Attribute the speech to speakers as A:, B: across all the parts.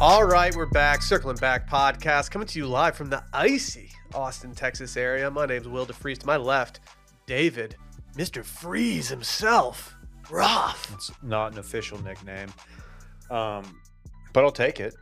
A: All right, we're back. Circling Back podcast coming to you live from the icy Austin, Texas area. My name's Will DeFreeze. To my left, David, Mr. Freeze himself, Roth.
B: It's not an official nickname, um, but I'll take it.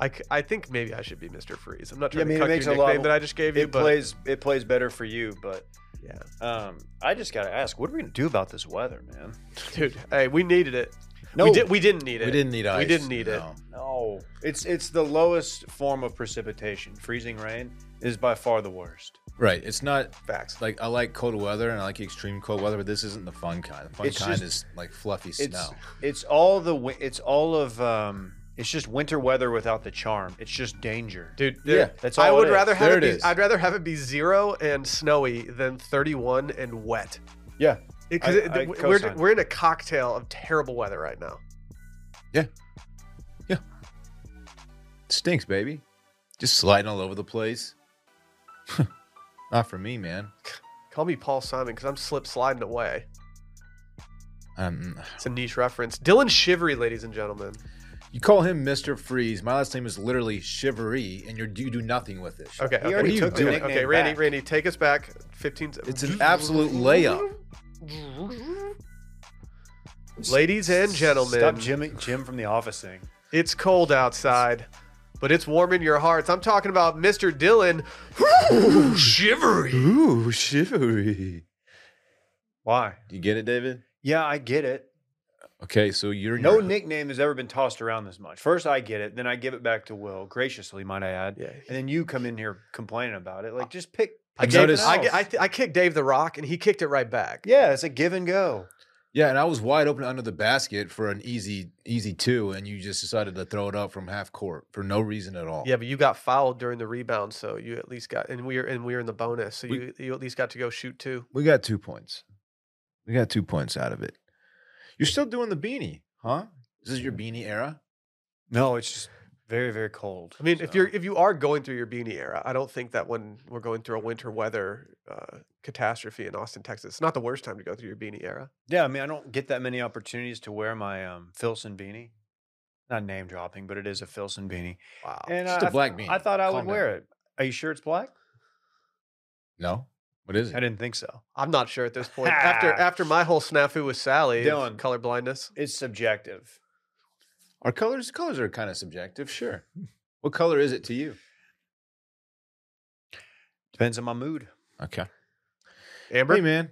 A: I, c- I think maybe I should be Mr. Freeze. I'm not
B: Yeah, I
A: trying
B: mean, it
A: to cut
B: makes
A: your
B: a lot
A: nickname
B: of-
A: that I just gave you,
B: It
A: but
B: plays it plays better for you, but
A: yeah,
B: um, I just gotta ask, what are we gonna do about this weather, man?
A: dude. Hey, we needed it.
B: No,
A: we, did, we didn't need it.
C: We didn't need ice.
A: We didn't need it.
C: no.
B: no, it's it's the lowest form of precipitation. Freezing rain is by far the worst.
C: Right. It's not
A: Facts.
C: like I like cold weather and I like extreme cold weather, but this isn't the fun kind. The fun
B: It's
C: kind
B: just-
C: is like fluffy
B: It's
C: snow.
B: it's all the wi- it's all of um, it's just winter weather without the charm. It's just danger.
A: Dude,
C: Yeah,
B: that's
A: I
B: all
A: would
B: it is.
A: rather have
C: There
A: it
C: it
A: be,
C: is.
A: I'd rather have it be zero and snowy than 31 and wet.
B: Yeah,
A: Because
B: I- I
A: we're,
B: co-sign.
A: we're in a cocktail of terrible weather right now.
C: It stinks, baby. Just sliding all over the place. not for me, man.
A: Call me Paul Simon because I'm slip sliding away.
C: Um,
A: It's a niche reference. Dylan Shivery, ladies and gentlemen.
C: you call him Mr. Freeze. My last name is literally Shivery, and you're, you do nothing with it.
A: Okay,
B: He
A: okay.
B: already
C: What are you
B: took the
C: doing?
B: nickname
A: okay, Randy,
B: back.
A: Randy, take us back 15.
C: It's an absolute layup.
A: Ladies and gentlemen,
B: Stop Jim Jim from the office thing.
A: it's cold outside, but it's warming your hearts. I'm talking about Mr. Dylan Shivery.
C: Ooh, Shivery.
B: Why?
C: You get it, David?
B: Yeah, I get it.
C: Okay, so you're
B: No
C: you're-
B: nickname has ever been tossed around this much. First, I get it, then I give it back to Will graciously, might I add,
A: Yeah.
B: and then you come in here complaining about it. Like, just pick.
C: I
B: pick
A: Dave-
C: noticed-
A: I,
B: something
A: I,
B: else.
A: I kicked Dave the Rock, and he kicked it right back.
B: yeah, it's a give and go.
C: Yeah, and I was wide open under the basket for an easy, easy two, and you just decided to throw it up from half court for no reason at all.
A: Yeah, but you got fouled during the rebound, so you at least got, and we were and we were in the bonus, so
C: We-
A: you you at least got to go shoot two.
C: we got two points. We got two points out of it. You're still doing the beanie, huh? Is this your beanie era?
B: No, it's just very, very cold.
A: I mean, if
B: so.
A: you're if you are going through your beanie era, I don't think that when we're going through a winter weather uh, catastrophe in Austin, Texas, it's not the worst time to go through your beanie era.
B: yeah, I mean, I don't get that many opportunities to wear my um, Filson beanie. Not name dropping, but it is a Filson beanie,
A: Wow.
B: and uh,
C: Just
B: I-
C: a black
B: I,
C: beanie.
B: I thought I would
C: Calm
B: wear it. Are you sure it's black?
C: No. What is
B: I
C: it?
B: didn't think so.
A: I'm not sure at this point. after after my whole snafu with Sally,
B: Dylan.
A: color blindness.
B: It's subjective.
C: Our colors colors are kind of subjective, sure. What color is it to you?
B: Depends on my mood.
C: Okay.
A: Amber,
C: Hey man.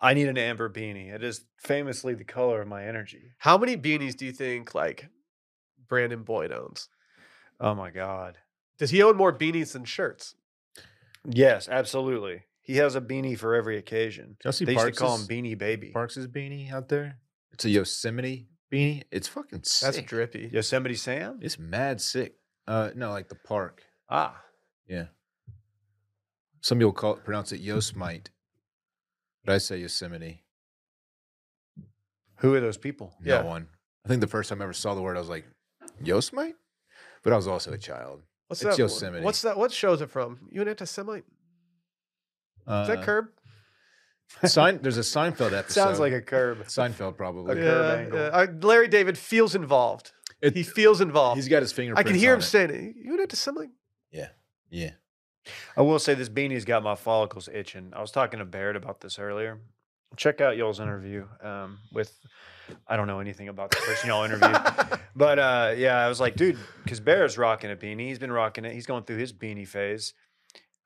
B: I need an amber beanie. It is famously the color of my energy.
A: how many beanies do you think like Brandon Boyd owns?
B: Oh my god.
A: Does he own more beanies than shirts?
B: Yes, absolutely. He has a beanie for every occasion.
C: Chelsea
B: they used to
C: Parks
B: call him
C: is-
B: Beanie Baby.
C: Parks' beanie out there. It's a Yosemite beanie. It's fucking sick.
A: That's drippy.
B: Yosemite Sam?
C: It's mad sick. Uh no, like the park.
B: Ah,
C: Yeah. Some people call it, pronounce it Yosemite, but I say Yosemite.
B: who are those people?
A: Yeah.
C: No one. I think the first time I ever saw the word, I was like, Yosemite? But I was also a child.
A: What's
C: It's
A: that? one-
C: Yosemite.
A: What's that? What shows it from? You an anti-Semite?
C: Uh,
A: Is that Curb?
C: Sein- there's a Seinfeld episode.
B: Sounds like a curb.
C: Seinfeld, probably.
B: Okay. Curb Angle.
A: Uh, Larry David feels involved.
C: It-
A: he feels involved.
C: He's got his finger.
A: I can hear him saying, it. "You an anti-Semite?"
C: Yeah.
B: I will say this beanie's got my follicles itching. I was talking to Baird about this earlier. Check out y'all's interview um, with, I don't know anything about the person y'all interviewed. But uh, yeah, I was like, dude, because Bear's rocking a beanie. He's been rocking it. He's going through his beanie phase.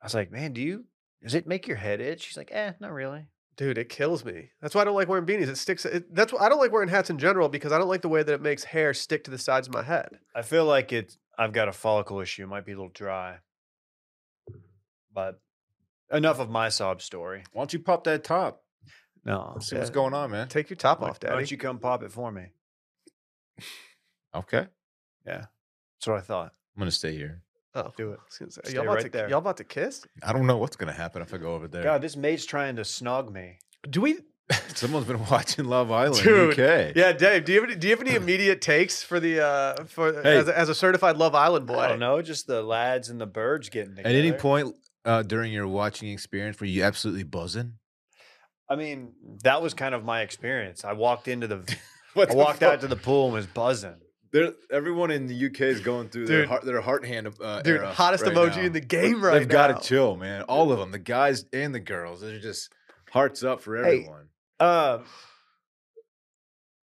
B: I was like, man, do you? Does it make your head itch? She's like, eh, not really.
A: Dude, it kills me. That's why I don't like wearing beanies. It sticks. It, that's why I don't like wearing hats in general because I don't like the way that it makes hair stick to the sides of my head.
B: I feel like it's. I've got a follicle issue. It might be a little dry. But enough of my sob story.
C: Why don't you pop that top?
B: No.
C: Let's see what's
A: Yeah.
C: going on, man.
A: Take your top
B: Why
A: off,
B: why
A: Daddy.
B: don't you come pop it for me?
C: Okay. I'm
B: That's what I thought.
C: going to stay here.
A: oh,
B: do it.
A: I was gonna say,
B: Stay
A: y'all, about
B: right
A: to,
B: there.
A: y'all about to kiss?
C: I don't know what's going to happen if I go over there.
B: God, this mate's trying to snog me.
A: Do we?
C: Someone's been watching Love Island.
A: Dude,
C: okay.
A: Yeah, Dave. Do you have any, do you have any immediate takes for the uh for
C: Hey.
A: as, a, as a certified Love Island boy?
B: I don't know. Just the lads and the birds getting together.
C: At any point uh, during your watching experience, were you absolutely buzzing?
B: I mean, that was kind of my experience. I walked into the
C: What
B: I
C: the
B: walked
C: fuck?
B: out to the pool and was buzzing.
C: They're, everyone in the UK is going through their
A: Dude.
C: heart, their heart hand. Uh,
A: Dude,
C: era
A: hottest
C: right
A: emoji
C: now.
A: in the game right
C: They've
A: now.
C: got to chill, man. All of them, the guys and the girls. They're just hearts up for
B: Hey.
C: everyone.
B: Um,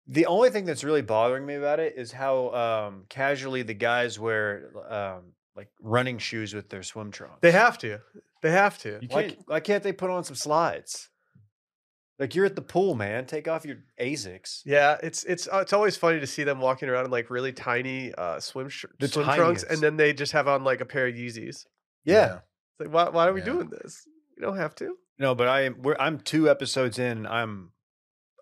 B: the only thing that's really bothering me about it is how um, casually the guys wear um, like running shoes with their swim trunks.
A: They have to. They have to.
C: You
B: Why,
C: can't.
B: c- why can't they put on some slides? Like you're at the pool, man. Take off your Asics.
A: Yeah, it's it's uh, it's always funny to see them walking around in like really tiny uh, swim sh-
B: The
A: swim trunks, and
B: tiniest.
A: then they just have on like a pair of Yeezys. It's like, why why are we
C: Yeah.
A: doing this? You don't have to.
B: No, but I am. We're, I'm two episodes in. and I'm.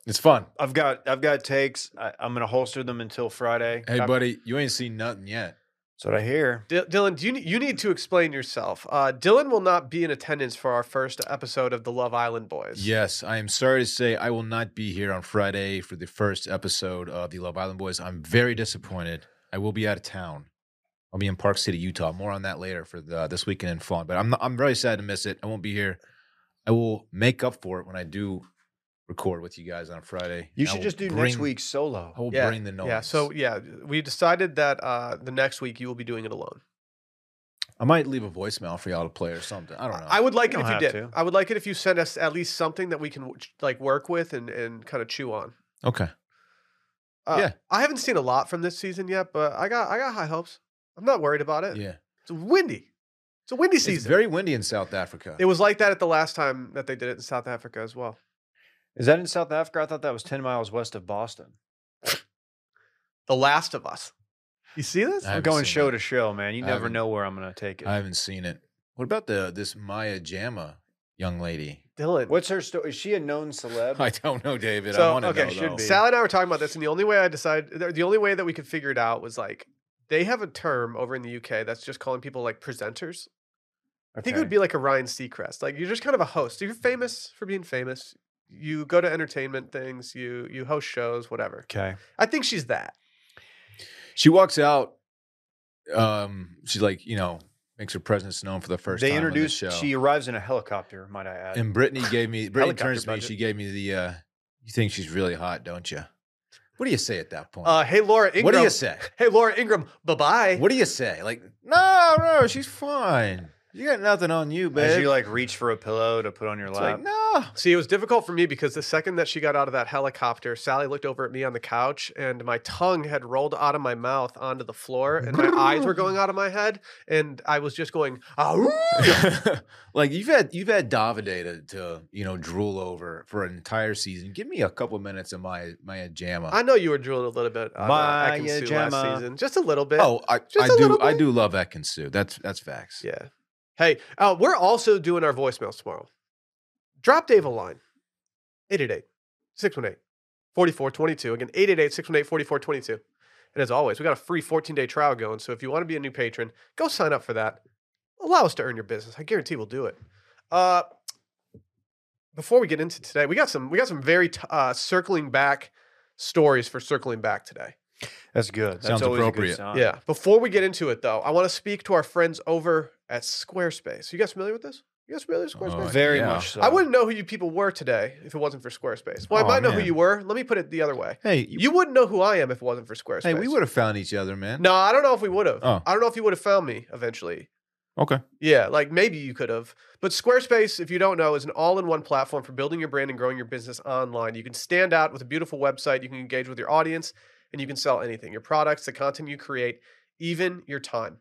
C: it's fun.
B: I've got. I've got takes. I, I'm gonna holster them until Friday.
C: Hey,
B: I'm-
C: buddy, you ain't seen nothing yet.
B: That's what I hear.
A: D- Dylan, do you ne- you need to explain yourself? Uh, Dylan will not be in attendance for our first episode of the Love Island Boys.
C: Yes, I am sorry to say I will not be here on Friday for the first episode of the Love Island Boys. I'm very disappointed. I will be out of town. I'll be in Park City, Utah. More on that later for the, this weekend in fun. But I'm not, I'm very sad to miss it. I won't be here. I will make up for it when I do record with you guys on Friday.
B: You
C: I
B: should
C: will
B: just do next
C: bring-
B: week solo.
C: I will
A: Yeah,
C: bring the noise.
A: Yeah. So yeah, we decided that uh, the next week you will be doing it alone.
C: I might leave a voicemail for y'all to play or something. I don't know.
A: I would like
B: Oh, You
A: it if
B: don't
A: you did.
B: have to.
A: I would like it if you sent us at least something that we can w- like work with and and kind of chew on.
C: okay.
A: Uh,
C: Yeah.
A: I haven't seen a lot from this season yet, but I got I got high hopes. I'm not worried about it.
C: Yeah.
A: It's windy. It's a windy
C: It's
A: season.
C: very windy in South Africa.
A: it was like that at the last time that they did it in South Africa as well.
B: Is that in South Africa? I thought that was ten miles west of Boston.
A: The Last of Us. You see this?
C: I
B: I'm
C: haven't
B: going
C: seen
B: show
C: it.
B: to show, man. You
C: I
B: never
C: haven't-
B: know where I'm gonna take it.
C: I haven't seen it. What about the this Maya Jama young lady?
A: Dylan.
B: What's her story? Is she a known celeb?
C: I don't know, David. I
A: So,
C: want to
A: okay,
C: know.
B: should
C: though.
B: be.
A: Sally and I were talking about this, and the only way I decided, the only way that we could figure it out was like they have a term over in the UK that's just calling people like presenters. I think it would be like a Ryan Seacrest. Like you're just kind of a host. You're famous for being famous. You go to entertainment things. You you host shows, whatever.
B: okay.
A: I think she's that.
C: She walks out. Um, she's like, you know, makes her presence known for the first
B: they
C: time.
B: introduced.
C: on the show.
B: She arrives in a helicopter. Might I add?
C: and Brittany gave me. Brittany
B: Helicopter
C: turns to me.
B: budget.
C: She gave me the. uh You think she's really hot, don't you? What do you say at that point?
A: Uh, hey Laura Ingram.
C: what do you say?
A: Hey Laura Ingram. Bye bye.
C: What do you say? Like, no, no, she's fine. You got nothing on you,
B: As
C: babe.
B: you like reach for a pillow to put on your
C: it's
B: lap.
C: like, no.
A: See, it was difficult for me because the second that she got out of that helicopter, Sally looked over at me on the couch, and my tongue had rolled out of my mouth onto the floor, and my eyes were going out of my head, and I was just going, "Ow!"
C: like you've had you've had Davide to, to you know drool over for an entire season. Give me a couple minutes of my my jama.
A: I know you were drooling a little bit on uh,
B: Maya
A: Ekin Su
B: Jama.
A: last season, just a little bit.
C: oh, I,
A: Just
C: I
A: a
C: do
A: little
C: I
A: bit.
C: do love Ekin Sue. That's that's facts.
A: yeah. Hey, uh, we're also doing our voicemails tomorrow. Drop Dave a line, 888 618 4422. Again, 888 618 4422. And as always, we got a free 14 day trial going. So if you want to be a new patron, go sign up for that. Allow us to earn your business. I guarantee we'll do it. Uh, before we get into today, we got some we got some very t- uh, circling back stories for circling back today.
B: That's good. That's
C: Sounds
B: always a good
C: appropriate.
B: sign.
A: Yeah. Uh, Before we get into it, though, I want to speak to our friends over at Squarespace. You guys familiar with this? You guys familiar with Squarespace?
C: Oh,
B: Very
C: Yeah.
B: much so.
A: I wouldn't know who you people were today if it wasn't for Squarespace. Well, I
C: Aw,
A: might know who
C: man.
A: you were. Let me put it the other way.
C: Hey, you,
A: You wouldn't know who I am if it wasn't for Squarespace.
C: hey, we would have found each other, man.
A: No, I don't know if we would have.
C: Oh.
A: I don't know if you would have found me eventually.
C: Okay.
A: Yeah, like maybe you could have. But Squarespace, if you don't know, is an all in one platform for building your brand and growing your business online. You can stand out with a beautiful website, you can engage with your audience, and you can sell anything your products, the content you create, even your time.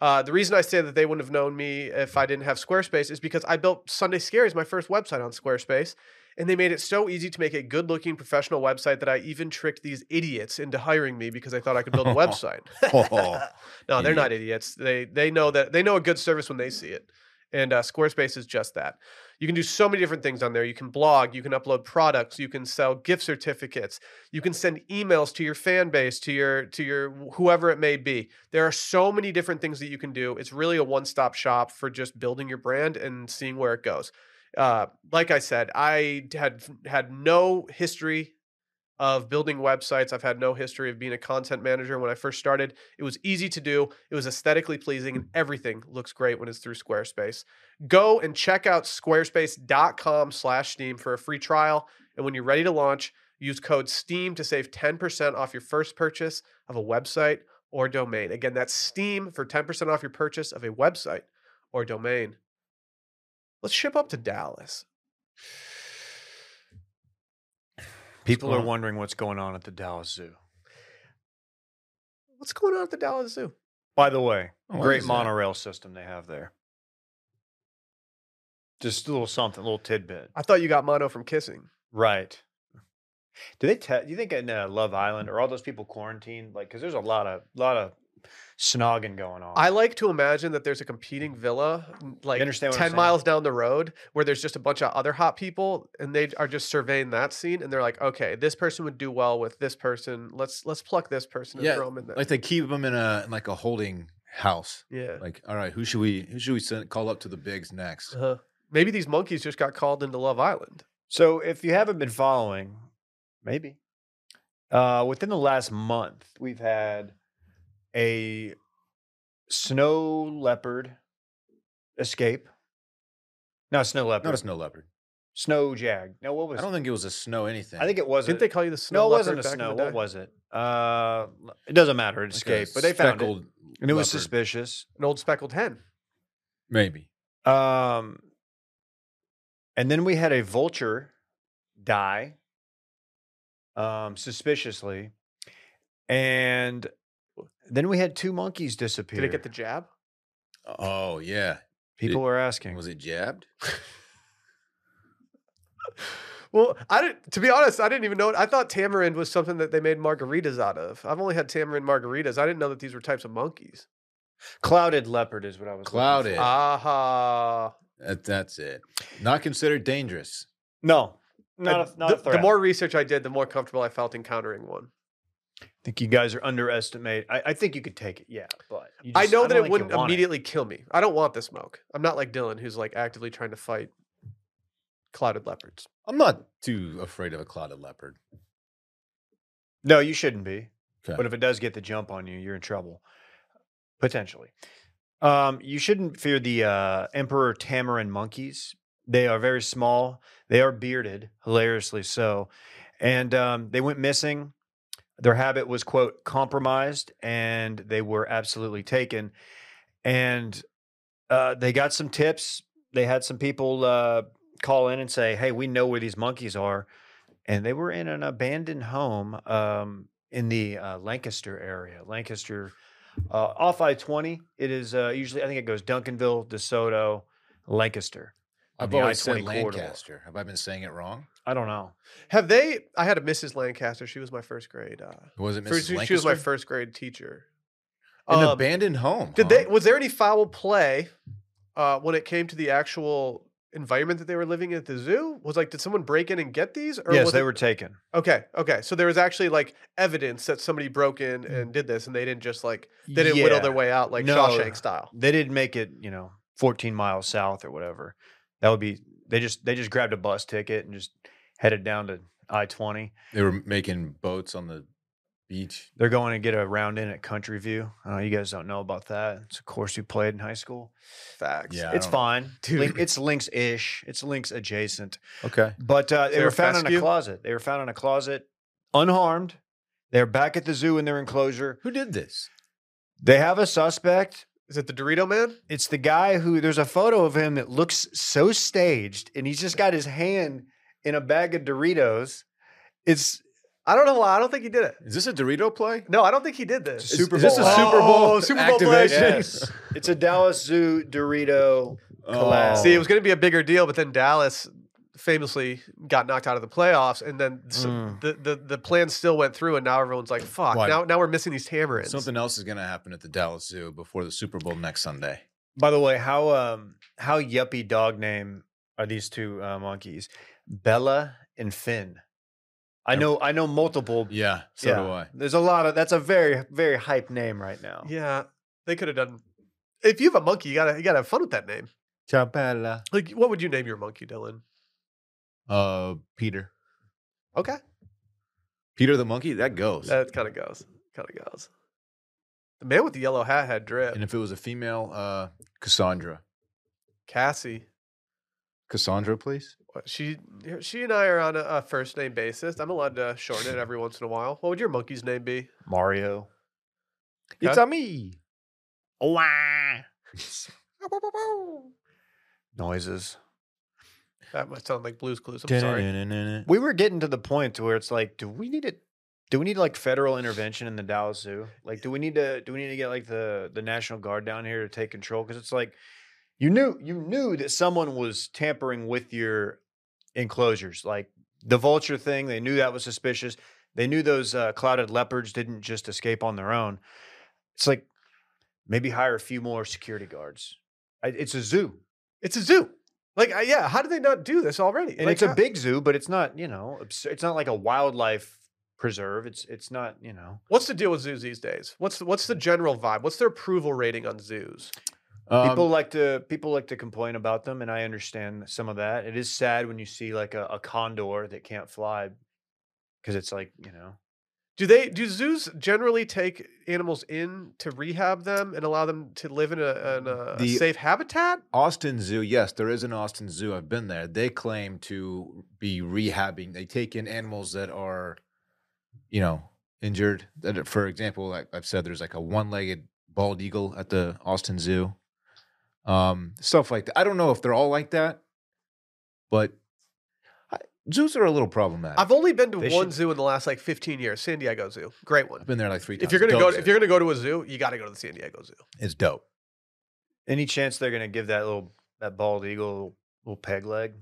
A: Uh, the reason I say that they wouldn't have known me if I didn't have Squarespace is because I built Sunday Scaries, my first website on Squarespace, and they made it so easy to make a good looking professional website that I even tricked these idiots into hiring me because I thought I could build a website.
C: Oh,
A: No, they're not idiots. They they know that they know a good service when they see it. And uh, Squarespace is just that. You can do so many different things on there. You can blog, you can upload products, you can sell gift certificates, you can send emails to your fan base, to your to your whoever it may be. There are so many different things that you can do. It's really a one-stop shop for just building your brand and seeing where it goes. Uh, like I said, I had had no history of building websites. I've had no history of being a content manager when I first started. It was easy to do. It was aesthetically pleasing, and everything looks great when it's through Squarespace. Go and check out squarespace.com/steam for a free trial. And when you're ready to launch, Use code STEAM to save 10% off your first purchase of a website or domain. Again, that's STEAM for 10% off your purchase of a website or domain. Let's ship up to Dallas.
B: People
C: going
B: are
C: on?
B: wondering what's going on at the Dallas Zoo.
A: What's going on at the Dallas Zoo?
B: By the way,
C: Oh, what
B: great
C: is that?
B: monorail system they have there. Just a little something, a little tidbit.
A: I thought you got mono from kissing.
B: Right. Do they tell? Do you think in uh, Love Island are all those people quarantined? Like, because there's a lot of lot of snogging going on.
A: I like to imagine that there's a competing villa, n- like
B: understand what I'm
A: 10
B: saying?
A: miles down the road, where there's just a bunch of other hot people and they are just surveying that scene and they're like, okay, this person would do well with this person. Let's let's pluck this person and
C: Yeah,
A: throw them in there.
C: Like they keep them in a in like a holding house.
A: yeah.
C: Like, all right, who should we who should we send, call up to the bigs
B: Uh,
C: next?
A: Uh-huh. Maybe these monkeys just got called into Love Island.
B: So, if you haven't been following, maybe uh, within the last month, we've had a snow leopard escape. No, snow leopard.
C: Not a snow leopard.
B: snow jag. No, what was?
C: I don't think it was a snow anything.
B: I think it was.
A: Didn't they call you the snow?
B: no, it wasn't a
A: leopard back in the
B: snow. What
A: day?
B: was it? Uh, it doesn't matter. It
C: Like a
B: escaped, but they found it,
C: speckled
B: and it was
C: leopard.
B: suspicious.
A: An old speckled hen.
C: Maybe.
B: Um, and then we had a vulture die, um, suspiciously, and then we had two monkeys disappear.
A: Did it get the jab?
C: Oh yeah.
B: People were asking.
C: Was it jabbed?
A: Well, I didn't. To be honest, I didn't even know. It. I thought tamarind was something that they made margaritas out of. I've only had tamarind margaritas. I didn't know that these were types of monkeys.
B: Clouded leopard is what I was. looking for.
C: Clouded. Yeah.
A: Aha!
C: That, Uh, that's it. Not considered dangerous.
B: No, not a, not
A: the,
B: a
A: the
B: threat.
A: more research I did, the more comfortable I felt encountering one.
B: I think you guys are underestimated. I, I think you could take it. Yeah, but you
A: I
B: just-
A: know
B: don't
A: that it
B: think you
A: wouldn't
B: want
A: immediately kill me. I don't want the smoke. I'm not like Dylan, who's like actively trying to fight clouded leopards.
C: I'm not too afraid of a clouded leopard.
B: No, you shouldn't be.
C: Okay.
B: But if it does get the jump on you, you're in trouble, potentially. Um, you shouldn't fear the uh, emperor tamarin monkeys. They are very small. They are bearded, hilariously so, and um, they went missing. Their habit was quote compromised, and they were absolutely taken. And uh, they got some tips. They had some people uh, call in and say, "Hey, we know where these monkeys are," and they were in an abandoned home um, in the uh, Lancaster area. Lancaster, uh, off I twenty. It is uh, usually I think it goes Duncanville, DeSoto, Lancaster. On
C: I've
B: the
C: always said
B: I-20 corridor.
C: Lancaster. Have I been saying it wrong?
B: I don't know.
A: Have they? I had a Mrs. Lancaster. She was my first grade. Uh,
C: Was it Mrs.
A: first,
C: Lancaster?
A: she was my first grade teacher.
C: An
A: Um,
C: abandoned home.
A: Did
C: huh?
A: they? Was there any foul play uh, when it came to the actual environment that they were living in at the zoo? Was like, did someone break in and get these? Or
B: yes,
A: was
B: they
A: it-
B: were taken.
A: Okay, okay. So there was actually like evidence that somebody broke in and did this, and they didn't just like they didn't whittle their
B: Mm. Yeah.
A: way out like
B: No.
A: Shawshank style.
B: They didn't make it. You know, fourteen miles south or whatever. That would be. They just they just grabbed a bus ticket and just headed down to I twenty.
C: They were making boats on the beach.
B: They're going to get a round in at Country View. Uh, you guys don't know about that. It's a course we played in high school.
A: Facts.
C: Yeah. I
B: it's
C: don't-
B: fine.
A: Dude.
B: Link- it's links ish. It's links adjacent.
C: Okay.
B: But uh,
A: Is
B: they
A: there
B: were
A: a
B: found in a
A: fescue?
B: closet. They were found in a closet, unharmed. They're back at the zoo in their enclosure.
C: Who did this?
B: They have a suspect.
A: Is it the Dorito Man?
B: It's the guy who there's a photo of him that looks so staged, and he's just got his hand in a bag of Doritos. It's
A: I don't know why. I don't think he did it.
C: Is this a Dorito play?
A: No, I don't think he did this.
B: It's a Super
C: is, is this
B: Bowl.
C: a Super Bowl
A: Oh, Super Bowl play.
C: activation?
B: yes, it's a Dallas Zoo Dorito. Collab.
C: Oh.
A: See, it was going to be a bigger deal, but then Dallas famously got knocked out of the playoffs, and then s-
B: Mm.
A: the, the the plan still went through, and now everyone's like, "Fuck!"
C: Why-
A: Now now we're missing these tamarins.
C: Something else is going to happen at the Dallas Zoo before the Super Bowl next Sunday.
B: By the way, how um how yuppie dog name are these two uh, monkeys? Bella and Finn. I
C: Yep.
B: know I know multiple.
C: Yeah, so do I.
B: There's a lot of that's a very very hype name right now.
A: Yeah, they could have done. If you have a monkey, you gotta you gotta have fun with that name.
B: Ciao, Bella.
A: Like, what would you name your monkey, Dylan?
C: Uh, Peter.
A: Okay,
C: Peter the monkey? That goes.
A: that kind of goes. Kind of goes. The man with the yellow hat had drip.
C: and if it was a female, uh, Cassandra.
A: Cassie.
C: Cassandra, please?
A: What- She she and I are on a, a first name basis. I'm allowed to shorten it every once in a while. What would your monkey's name be?
B: Mario.
A: Okay.
B: It's a me. Oh, ah. Noises.
A: That might sound like Blue's Clues. I'm sorry.
B: We were getting to the point to where it's like, do we need it? Do we need like federal intervention in the Dallas Zoo? Like, do we need to? Do we need to get like the the National Guard down here to take control? Because it's like, you knew you knew that someone was tampering with your enclosures. Like the vulture thing, they knew that was suspicious. They knew those uh, clouded leopards didn't just escape on their own. It's like maybe hire a few more security guards. I, it's a zoo.
A: It's a zoo. Like, I, yeah, how did they not do this already?
B: and
A: Like,
B: it's a
A: how-
B: big zoo, but it's not you know abs- it's not like a wildlife preserve. It's it's not you know
A: What's the deal with zoos these days? What's the, what's the general vibe? What's their approval rating on zoos?
C: Um,
B: people like to people like to complain about them, and I understand some of that. It is sad when you see like a, a condor that can't fly because it's like you know
A: Do they do zoos generally take animals in to rehab them and allow them to live in a, in a
C: The-
A: safe habitat?
C: Austin Zoo, yes, there is an Austin Zoo. I've been there. They claim to be rehabbing. They take in animals that are, you know, injured. That are- For example, like I've said, there's like a one-legged bald eagle at the Austin Zoo. Um, stuff like that. I don't know if they're all like that, but I, zoos are a little problematic.
A: I've only been to
B: They
A: one
B: should-
A: zoo in the last like 15 years, San Diego Zoo. Great one.
C: I've been there like three times.
A: If you're gonna
C: Dope
A: go,
C: zoo.
A: if you're gonna go to a zoo, you got to go to the San Diego Zoo.
C: it's dope.
B: any chance they're gonna give that little that bald eagle a little, little peg leg,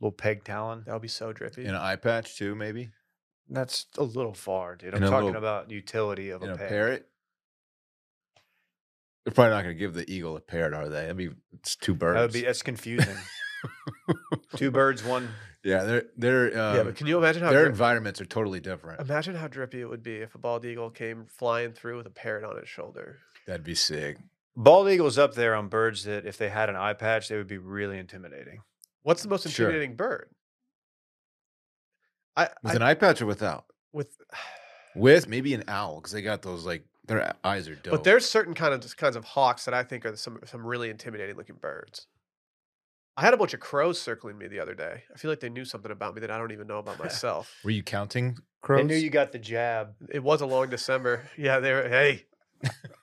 B: little peg talon.
A: That would be so drippy.
C: In an eye patch too, maybe.
B: That's a little far, dude. I'm
C: And a
B: talking
C: little-
B: about utility of
C: In
B: a,
C: a
B: peg.
C: parrot. They're probably not going to give the eagle a parrot, are they? That'd be it's two birds.
B: That would be that's confusing. Two birds, one
C: Yeah, they're they're um,
A: yeah, but can you imagine how
C: their
A: drip-
C: environments are totally different.
A: imagine how drippy it would be if a bald eagle came flying through with a parrot on its shoulder?
C: That'd be sick.
B: Bald eagles up there on birds that if they had an eye patch, they would be really intimidating.
A: What's the most
C: Sure.
A: intimidating bird? I,
C: With
A: I
C: an eye patch or without?
A: with
C: With maybe an owl because they got those like their a- eyes are dope.
A: But there's certain kind of kinds of hawks that I think are some some really intimidating looking birds. I had a bunch of crows circling me the other day. I feel like they knew something about me that I don't even know about myself.
C: were you counting
B: I
C: crows?
B: knew you got the jab.
A: it was a long December. Yeah, they were. Hey,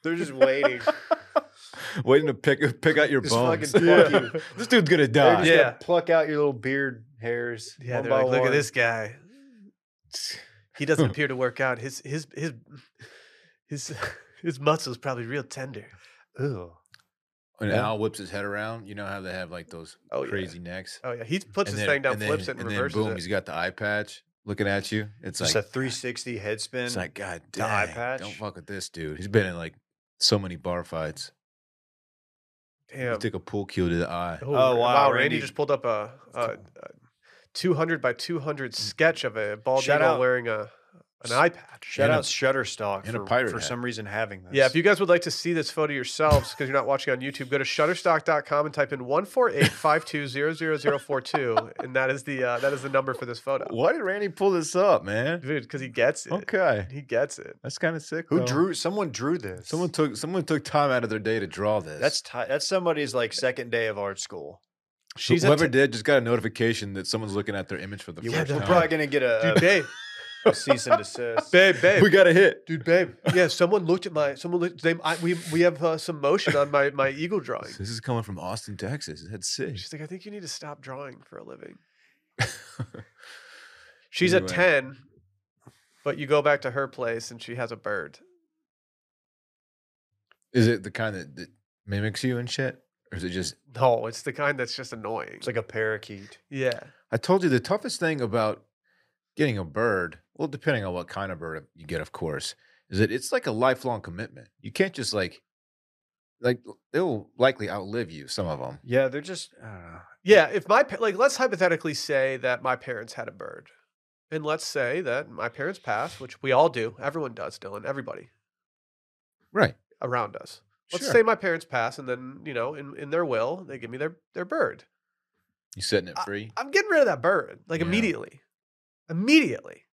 B: They're just waiting.
C: waiting to pick pick out your
B: Just
C: bones.
B: fucking pluck you.
C: this dude's gonna
B: They're
C: die.
B: just
A: Yeah.
B: gonna pluck out your little beard hairs.
A: yeah,
B: one
A: they're
B: by
A: like, look
B: one."
A: at this guy. He doesn't appear to work out. His his his his his muscles probably real tender.
B: Ew.
C: When an
B: Yeah.
C: owl whips his head around, you know how they have like those
A: Oh yeah.
C: crazy necks.
A: Oh yeah. He puts
C: And
A: his
C: then-
A: thing down,
C: and then-
A: flips it, and,
C: then
A: reverses
C: boom,
A: it.
C: he's got the eye patch looking at you. It's
B: Just
C: like
B: a 360 head spin.
C: It's like God
B: the eye
C: dang, Don't
B: patch.
C: fuck with this dude. He's been in like so many bar fights.
A: Damn.
C: He took a pool cue to the eye.
A: Oh,
B: wow,
A: wow, Randy.
B: Randy.
A: just pulled up a, a, a 200 by 200 sketch of a bald
B: Shout
A: eagle
B: out.
A: wearing a an eye patch.
B: Shout
C: And a-
B: out Shutterstock
C: and a
B: for,
C: pirate
B: for
C: hat.
B: some reason having this.
A: Yeah, if you guys would like to see this photo yourselves because you're not watching on YouTube, go to shutterstock.com and type in 148-520-0042 and that is the uh, that is the number for this
B: uh,
A: photo.
C: Why did Randy pull this up, man?
A: Dude, cuz he gets it.
C: Okay,
A: He gets it.
C: that's kind of sick.
B: who
C: though.
B: drew? Someone drew this.
C: Someone took someone took time out of their day to draw this.
B: That's ti that's somebody's like second day of art school.
A: She's a
C: whoever
A: t-
C: did just got a notification that someone's looking at their image for the
B: You
A: Yeah,
B: are
C: first
A: they're
C: time.
B: probably gonna get
A: Dude,
B: a,
A: babe.
B: a cease and desist.
A: Uh, Babe, babe.
C: we got a hit.
A: Dude, babe. Yeah, someone looked at my someone looked they I, we we have uh, some motion on my my eagle drawing.
C: This is coming from Austin, Texas. That's sick.
A: She's like, I think you need to stop drawing for a living. She's
C: Anyway.
A: a 10, but you go back to her place and she has a bird.
C: Is it the kind that, that mimics you and shit, or is it just?
A: No, it's the kind that's just annoying.
B: It's like a parakeet.
A: yeah.
C: I told you the toughest thing about getting a bird, well, depending on what kind of bird you get, of course, is that it's like a lifelong commitment. You can't just like, like they'll likely outlive you. Some of them.
B: Yeah, they're just I don't know.
A: Yeah. If my, pa- like, let's hypothetically say that my parents had a bird. And let's say that my parents passed, which we all do. Everyone does, Dylan. Everybody
C: Right.
A: around us. Let's
C: Sure.
A: say my parents pass, and then, you know, in, in their will, they give me their, their bird.
C: you setting it free.
A: I'm getting rid of that bird, like,
C: Yeah.
A: immediately. Immediately.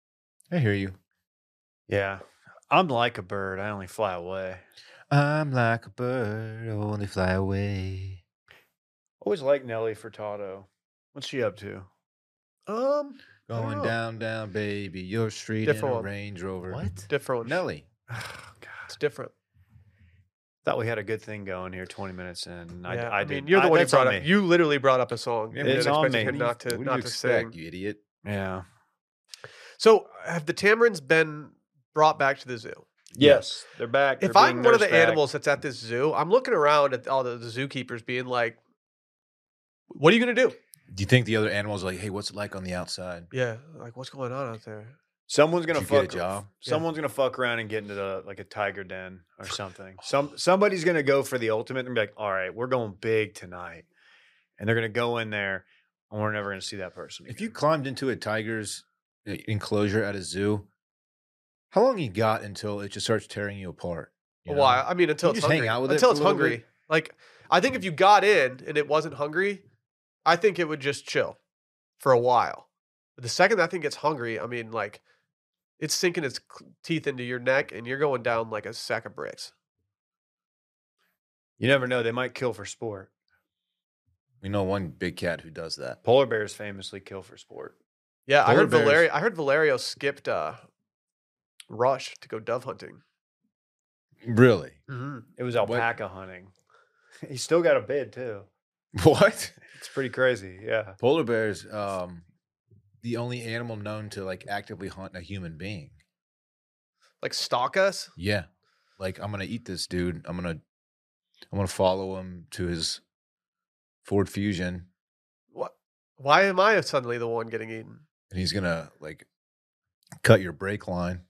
C: I hear you.
B: Yeah. I'm like a bird. I only fly away.
C: I'm like a bird, only fly away.
B: Always like Nelly Furtado. What's she up to?
A: Um, I don't
C: Going
A: know.
C: down, down, baby, your street
A: Different
C: in a
A: one.
C: Range Rover.
A: different.
C: Nelly.
B: Oh, God.
A: it's different.
B: Thought we had a good thing going here 20 minutes in. I,
A: Yeah,
B: I,
A: I
B: did.
A: mean, you're the one who
B: that's on
A: brought up.
B: me.
A: You literally brought up a song.
C: Yeah,
A: and
B: it's
A: then
B: on
A: expected him
B: me.
A: not to
C: what do
A: not
C: you
A: to
C: expect,
A: sing.
C: you idiot?
B: Yeah.
A: So, have the tamarins been brought back to the zoo?
B: Yes. They're back.
A: If
B: they're
A: I'm
B: being
A: one of the
B: nursed back.
A: animals that's at this zoo, I'm looking around at all the, the zookeepers, being like, "What are you gonna do?"
C: Do you think the other animals are like, hey, what's it like on the outside?
A: Yeah, like what's going on out there?
B: Someone's gonna
C: Did you get a
B: fuck.
C: job?
A: Yeah.
B: Someone's gonna fuck around and get into the, like a tiger den or something. Some somebody's gonna go for the ultimate and be like, "All right, we're going big tonight," and they're gonna go in there, and we're never gonna see that person.
C: If you
B: again.
C: climbed into a tiger's uh, enclosure at a zoo, how long you got until it just starts tearing you apart? you
A: Why?
C: know?
A: I mean, until
C: You
A: it's
C: just hang
A: hungry.
C: out with it
A: until
C: for a
A: it's
C: little bit.
A: hungry. Like I think if you got in and it wasn't hungry, I think it would just chill for a while. But the second that thing gets hungry, I mean, like it's sinking its c- teeth into your neck and you're going down like a sack of bricks.
B: you never know, they might kill for sport.
C: We know one big cat who does that.
B: Polar bears famously kill for sport.
A: Yeah, I
C: Polar
A: heard
C: bears.
A: Valerio. I heard Valerio skipped uh, Rush to go dove hunting.
C: Really?
A: Mm-hmm.
B: It was
C: What?
B: alpaca hunting. he still got a bid too.
C: What?
B: It's pretty crazy. Yeah.
C: Polar bears, um, the only animal known to like actively hunt a human being.
A: Like stalk us.
C: Yeah. Like I'm gonna eat this dude. I'm gonna I'm gonna follow him to his Ford Fusion
A: What? Why am I suddenly the one getting eaten?
C: and he's gonna like cut your brake line.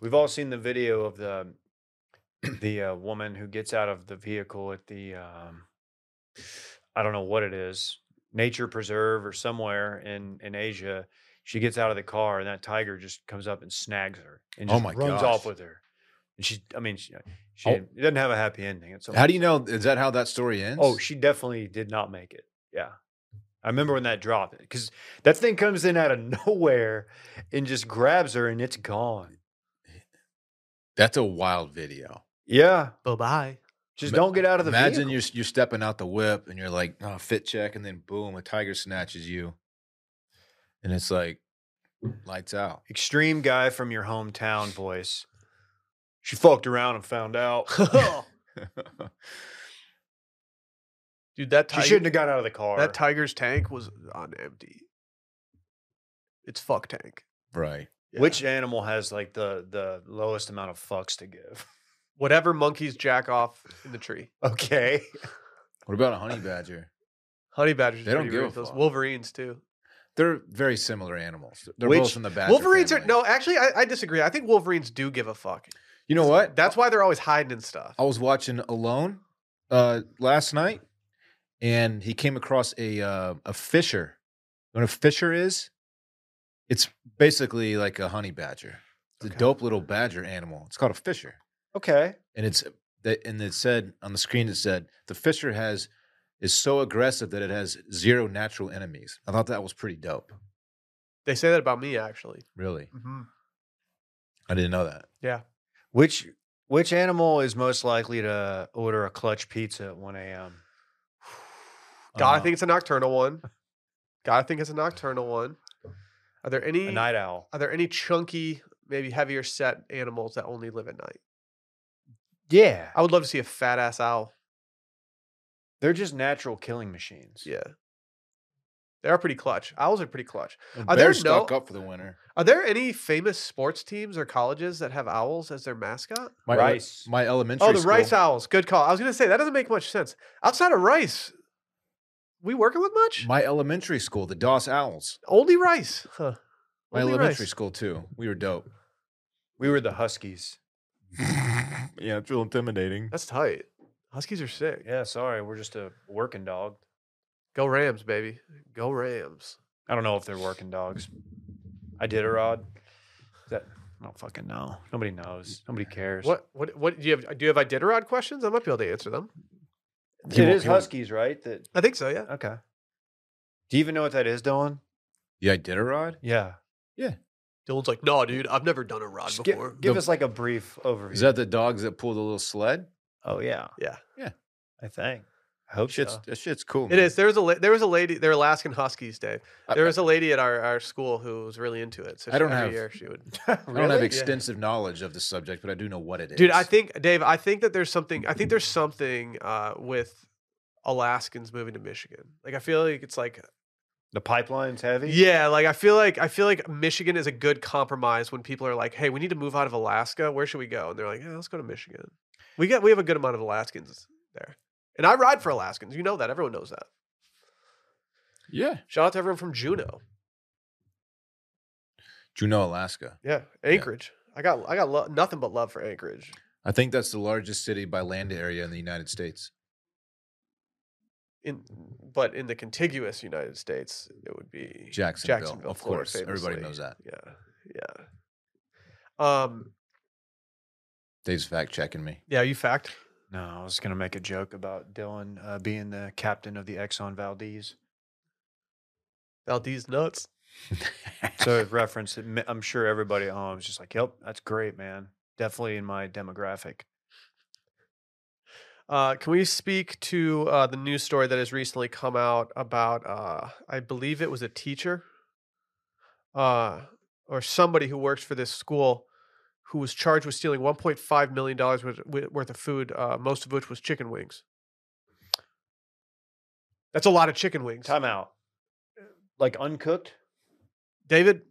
B: We've all seen the video of the the uh, woman who gets out of the vehicle at the um, I don't know what it is, nature preserve or somewhere in in Asia. She gets out of the car and that tiger just comes up and snags her and
C: Oh
B: just
C: my
B: runs
C: gosh.
B: off with her. And she, I mean, she, she
C: Oh.
B: it doesn't have a happy ending. It's
C: How do you know is that how that story ends?
B: Oh, she definitely did not make it. Yeah. I remember when that dropped because that thing comes in out of nowhere and just grabs her and it's gone.
C: that's a wild video.
B: Yeah.
A: Bye bye.
B: Just
C: Ma-
B: don't get out of the
C: Imagine
B: vehicle.
C: you're you're stepping out the whip and you're like, oh, fit check, and then boom, a tiger snatches you. And it's like lights out.
B: extreme guy from your hometown voice. She fucked around and found out.
A: Dude, that
B: She
A: tiger.
B: shouldn't have got out of the car.
A: That tiger's tank was on empty. It's fuck tank.
C: right.
A: Yeah.
B: Which animal has like the the lowest amount of fucks to give?
A: whatever monkeys jack off in the tree.
B: Okay.
C: What about a honey badger?
A: Honey badgers.
C: They
A: are
C: don't
A: pretty
C: give a
A: ruthless.
C: fuck.
A: Wolverines too.
C: They're very similar animals. They're both
B: Which-
C: from the badger.
A: Wolverines are
C: family.
A: no. Actually, I, I disagree. I think wolverines do give a fuck.
C: You know what? Oh.
A: That's why they're always hiding and stuff.
C: I was watching Alone uh, last night, and he came across a uh, a fisher. You know what a fisher is? It's basically like a honey badger. It's
A: Okay.
C: a dope little badger animal. It's called a fisher,
B: Okay.
C: and it's that and it said on the screen it said the fisher has is so aggressive that it has zero natural enemies. I thought that was pretty dope.
A: They say that about me actually.
C: Really,
A: hmm
C: I didn't know that.
B: Which which animal is most likely to order a clutch pizza at 1 a.m.?
A: God, I
C: Uh,
A: think it's a nocturnal one. God, I think it's a nocturnal one. Are there any?
B: A night owl.
A: Are there any chunky, maybe heavier set animals that only live at night?
B: Yeah.
A: I would love to see a fat ass owl.
B: They're just natural killing machines.
A: Yeah. They are pretty clutch. Owls are pretty clutch.
C: The
A: Are there
C: bears
A: no-
C: stock up for the winter?
A: Are there any famous sports teams or colleges that have owls as their mascot?
C: My ele-
B: Rice.
C: my elementary.
A: Oh, the Rice
C: school-
A: Owls. Good call. I was going to say that doesn't make much sense. Outside of Rice, we working with much?
C: My elementary school, the Doss Owls.
A: Only Rice. Huh.
C: My
A: Only
C: elementary
A: Rice.
C: school too. We were dope.
B: We were the huskies.
C: yeah, it's real intimidating.
A: That's tight. Huskies are sick.
B: Yeah, sorry. We're just a working dog.
A: Go Rams, baby. Go Rams.
B: I don't know if they're working dogs. I did a rod. That I don't fucking know. Nobody knows. Nobody cares.
A: What? What? What? Do you have? Do you have Iditarod questions? I might be able to answer them.
B: It
C: He won't-
B: is
C: he won't-
B: huskies, right? That
A: I think so. Yeah.
B: okay. Do you even know what that is, Dylan?
C: Yeah, Iditarod.
B: Yeah.
A: Dylan's like, no, dude, I've never done a rod
B: Just gi-
A: before.
B: give
C: The-
B: us like a brief overview.
C: Is that the dogs that pull the little sled?
B: oh yeah.
A: Yeah.
C: Yeah.
B: I think. I hope
C: Shit's,
B: so.
C: That shit's cool.
A: It is. There was a la- there was a lady. They're Alaskan Huskies, Dave.
C: I-
A: There was a lady at our, our school who was really into it. So
C: I
A: she-
C: don't
A: every
C: have-
A: year she would.
C: I don't have
B: Really?
C: extensive knowledge of the subject, but I do know what it is.
A: Dude, I think Dave. I think that there's something. I think there's something uh, with Alaskans moving to Michigan. Like I feel like it's like
B: The pipeline's heavy.
A: yeah. Like I feel like I feel like Michigan is a good compromise when people are like, hey, we need to move out of Alaska. Where should we go? And they're like, yeah, let's go to Michigan. We got we have a good amount of Alaskans there, and I ride for Alaskans. You know that. Everyone knows that.
C: Yeah.
A: Shout out to everyone from Juneau.
C: Juneau, Alaska.
A: Yeah, Anchorage. I got I got lo- nothing but love for Anchorage.
C: I think that's the largest city by land area in the United States.
A: In but in the contiguous United States, it would be
C: Jacksonville, of
A: Florida,
C: course. Everybody knows that.
A: Yeah, yeah. Um,
C: Dave's fact checking me.
A: yeah. You fact?
B: No, I was gonna make a joke about Dylan uh, being the captain of the Exxon Valdez.
A: Valdez nuts.
B: So it referenced it. mi- I'm sure everybody at home is just like, "Yep, that's great, man. Definitely in my demographic."
A: Uh, can we speak to uh, the news story that has recently come out about? Uh, I believe it was a teacher, uh, or somebody who works for this school, who was charged with stealing 1.5 million dollars worth, worth of food, uh, most of which was chicken wings. That's a lot of chicken wings,
B: Time out. Uh, Like uncooked.
A: David.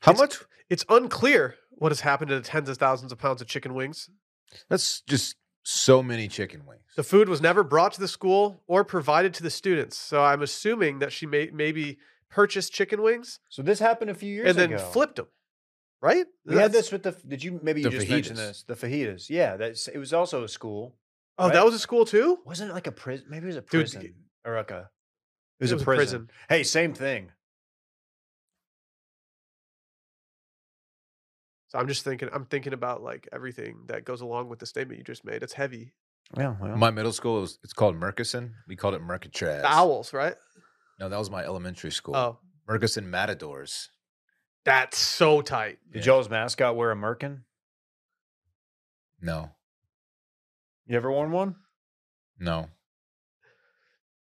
C: How
A: It's-
C: much?
A: It's unclear what has happened to the tens of thousands of pounds of chicken wings.
C: That's just so many chicken wings.
A: The food was never brought to the school or provided to the students, so I'm assuming that she may maybe purchased chicken wings
B: So this happened a few years
A: and then
B: ago.
A: flipped them, right?
B: We
A: That's-
B: had this with the. f- Did you maybe you
C: The
B: just mentioned this?
C: fajitas.
B: The fajitas. Yeah, that's. It was also a school.
A: Oh, that
B: right?
A: was a school too.
B: Wasn't it like a prison? Maybe it was a
A: Dude,
B: prison or like a. It was, a, prison. Hey, same thing.
A: So I'm just thinking. I'm thinking about like everything that goes along with the statement you just made. It's heavy.
B: Yeah.
C: My middle school, it was, it's called Murkison. We called it Murkatraz.
A: The owls, right?
C: No, that was my elementary school.
A: Oh,
C: Murkison Matadors.
A: that's so tight.
B: Did
C: Yeah.
B: y'all's mascot wear a merkin?
C: No,
B: You ever worn one?
C: no.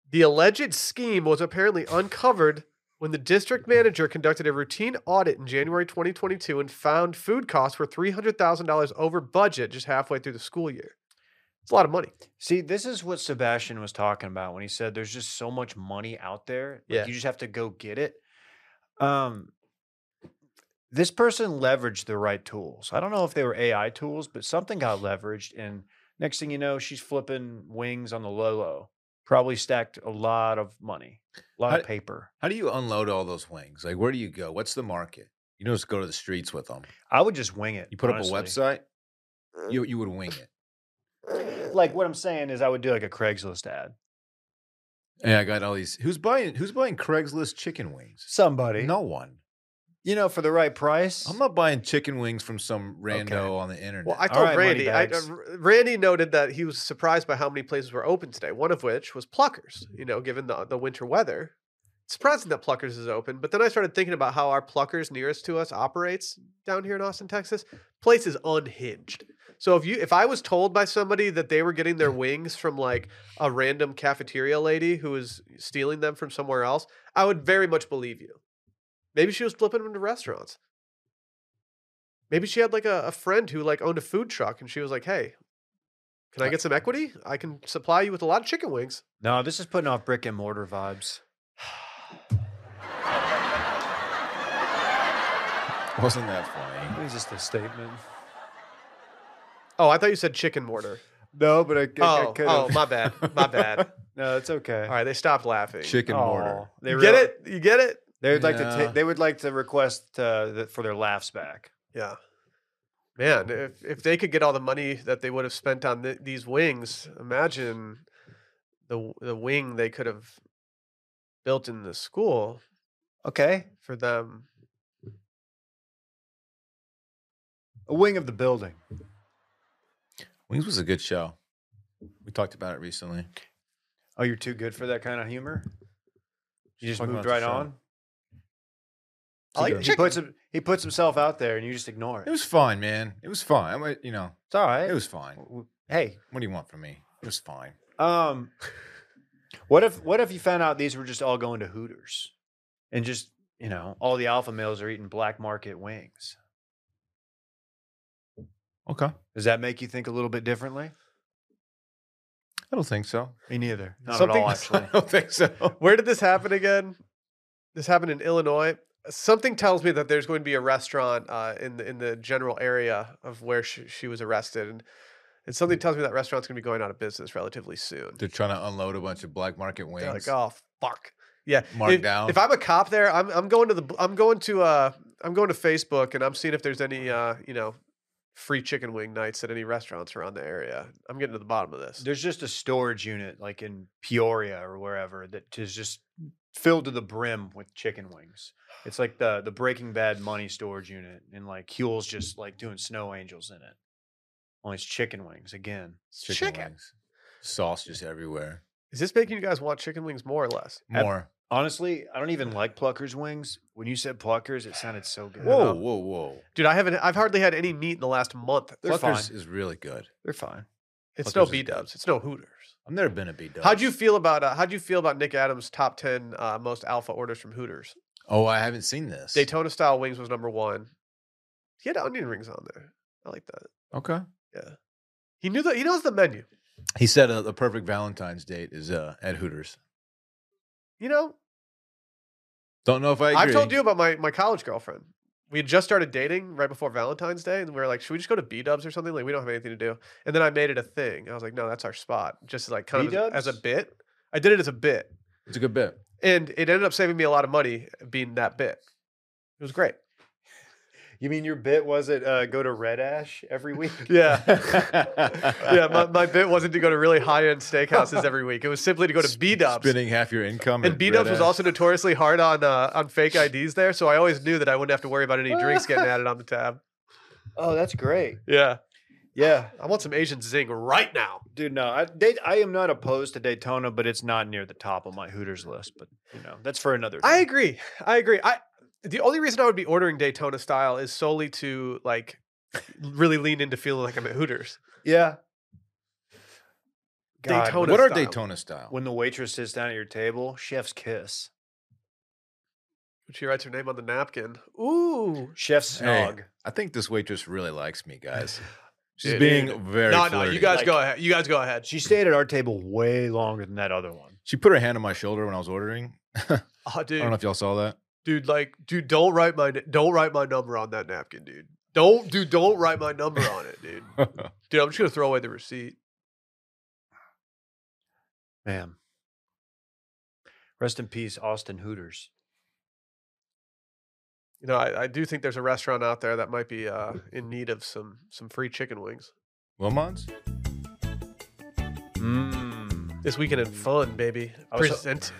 A: The alleged scheme was apparently uncovered when the district manager conducted a routine audit in January 2022 and found food costs were $300,000 over budget just halfway through the school year. It's a lot of money.
B: See, this is what Sebastian was talking about when he said there's just so much money out there. Like,
A: Yeah.
B: You just have to go get it. Um, this person leveraged the right tools. I don't know if they were AI tools, but something got leveraged. And next thing you know, she's flipping wings on the low low. Probably stacked a lot of money, a lot of
C: How-
B: paper.
C: How do you unload all those wings? Like, where do you go? What's the market? You don't just go to the streets with them.
B: I would just wing it.
C: You put
B: honestly.
C: up a website,
A: Uh,
C: you, you would wing it.
B: Like what I'm saying is, I would do like a Craigslist ad.
C: Hey, I got all these. Who's buying? Who's buying Craigslist chicken wings?
B: Somebody,
C: No one.
B: you know, for the right price.
C: I'm not buying chicken wings from some rando
B: Okay.
C: on the internet.
A: Well, I
B: All
A: told
B: right, money
A: Randy. I, uh,
B: bags.
A: R- Randy noted that he was surprised by how many places were open today. One of which was Pluckers. You know, given the the winter weather, it's surprising that Pluckers is open. But then I started thinking about how our Pluckers nearest to us operates down here in Austin, Texas. Place is unhinged. So if you if I was told by somebody that they were getting their wings from like a random cafeteria lady who was stealing them from somewhere else, I would very much believe you. Maybe she was flipping them to restaurants. Maybe she had like a, a friend who like owned a food truck and she was like, Hey, can I
C: Right.
A: get some equity? I can supply you with a lot of chicken wings.
B: no, this is putting off brick and mortar vibes.
C: Wasn't that funny?
B: It was just a statement.
A: Oh, I thought you said chicken mortar.
B: No, but I,
A: Oh, oh, my bad. My bad.
B: no, it's okay.
A: All right, they stopped laughing.
C: Chicken mortar.
B: Aw, They
A: you
B: real-
A: get it? You get it?
B: They would like to. ta-
C: Yeah.
B: they would like to request uh, th- for their laughs back.
A: Yeah. Man, if, if they could get all the money that they would have spent on th- these wings, imagine the w- the wing they could have built in the school
B: Okay,
A: for them.
B: a wing of the building.
C: Wings was a good show. We talked about it recently.
B: Oh, you're too good for that kind of humor. You just
C: Talking
B: moved
C: about
B: right
C: the show.
B: on.
A: I like
B: he
A: chicken.
B: puts him, he puts himself out there, and you just ignore it.
C: It was fine, man. It was fine. I, might- you know,
B: it's all right.
C: it was fine.
B: W- w- hey,
C: What do you want from me? It was fine.
B: Um, what if what if you found out these were just all going to Hooters, and just you know all the alpha males are eating black market wings?
C: Okay. I
B: Does that make you think a little bit differently?
C: don't think so.
B: Me neither. Not
A: Something-
B: at all, actually.
C: I don't think so.
A: Where did this happen again? This happened in Illinois. Something tells me that there's going to be a restaurant uh, in the in the general area of where she, she was arrested, and, and something
C: Hmm.
A: tells me that restaurant's going to be going out of business relatively soon.
C: They're trying to unload a bunch of black market wings.
A: They're like, oh fuck, yeah.
C: Marked
A: if,
C: down.
A: If I'm a cop there, I'm I'm going to the I'm going to uh I'm going to Facebook and I'm seeing if there's any uh you know free chicken wing nights at any restaurants around the area. I'm getting to the bottom of this.
B: There's just a storage unit like in Peoria or wherever that is just filled to the brim with chicken wings. It's like the the Breaking Bad money storage unit, and like Huel's just like doing snow angels in it. Only it's chicken wings again.
C: chicken,
A: chicken.
C: wings, sauce just everywhere.
A: Is this making you guys want chicken wings more or less?
B: Ab-
C: More.
B: Honestly, I don't even like Plucker's wings. When you said Plucker's, it sounded so good.
C: Whoa, whoa, whoa!
A: Dude, I haven't. I've hardly had any meat in the last month.
B: They're
C: Pluckers
B: fine.
C: is really good.
B: They're fine.
A: It's
C: Pluckers
A: no
C: is
A: B
C: good.
A: Dubs. It's no Hooters.
C: I've never been a B dog.
A: How'd you feel about uh, How'd you feel about Nick Adams' top ten uh, most alpha orders from Hooters?
C: Oh, I haven't seen this.
A: Daytona style wings was number one. He had onion rings on there. I like that.
C: okay.
A: He knew that. He knows the menu.
C: He said uh, the perfect Valentine's date is uh, at Hooters.
A: You know,
C: Don't know if I. Agree.
A: I've told you about my my college girlfriend. We had just started dating right before Valentine's Day, and we were like, "Should we just go to B Dubs or something? Like, we don't have anything to do." And then I made it a thing. I was like, "No, that's our spot." Just like kind of as- as a
B: B-Dubs?
A: bit. I did it as a bit.
C: It's a good bit.
A: and it ended up saving me a lot of money being that big. It was great.
B: You mean your bit was it uh, go to Red Ash every week?
A: Yeah, yeah. My, my bit wasn't to go to really high end steakhouses every week. It was simply to go to
C: Sp-
A: B Dubs,
C: Spending half your income.
A: and
C: at
A: B Dubs
C: Red
A: was
C: Ash.
A: also notoriously hard on uh, on fake IDs there, so I always knew that I wouldn't have to worry about any drinks getting added on the tab.
B: Oh, that's great.
A: Yeah,
B: Yeah,
A: I want some Asian zing right now.
B: dude. No, I, Day- I am not opposed to Daytona, but it's not near the top of my Hooters list. But you know, that's for another.
A: I
B: time.
A: agree. I agree. I the only reason I would be ordering Daytona style is solely to like really lean into feeling like I'm at Hooters.
B: yeah.
A: Daytona
C: What are
A: style.
C: Daytona style?
B: When the waitress sits down at your table, chef's kiss,
A: She writes her name on the napkin. Ooh,
B: chef's
C: Hey.
B: snog.
C: I think this waitress really likes me, guys. She's
A: Dude.
C: being very.
A: no, no,
C: flirty.
A: you guys
B: Like-
A: go ahead. You guys go ahead.
B: She stayed at our table way longer than that other one.
C: She put her hand on my shoulder when I was ordering.
A: Oh,
C: I
A: dude,
C: don't know if y'all saw that.
A: dude, like, dude, don't write my don't write my number on that napkin, dude. Don't, dude, don't write my number on it, dude. Dude, I'm just gonna throw away the receipt.
B: Man. Rest in peace, Austin Hooters.
A: You know, I, I do think there's a restaurant out there that might be uh, in need of some some free chicken wings
C: Wilmots?
B: Mm.
A: this weekend in fun, baby.
B: I was-
A: Presented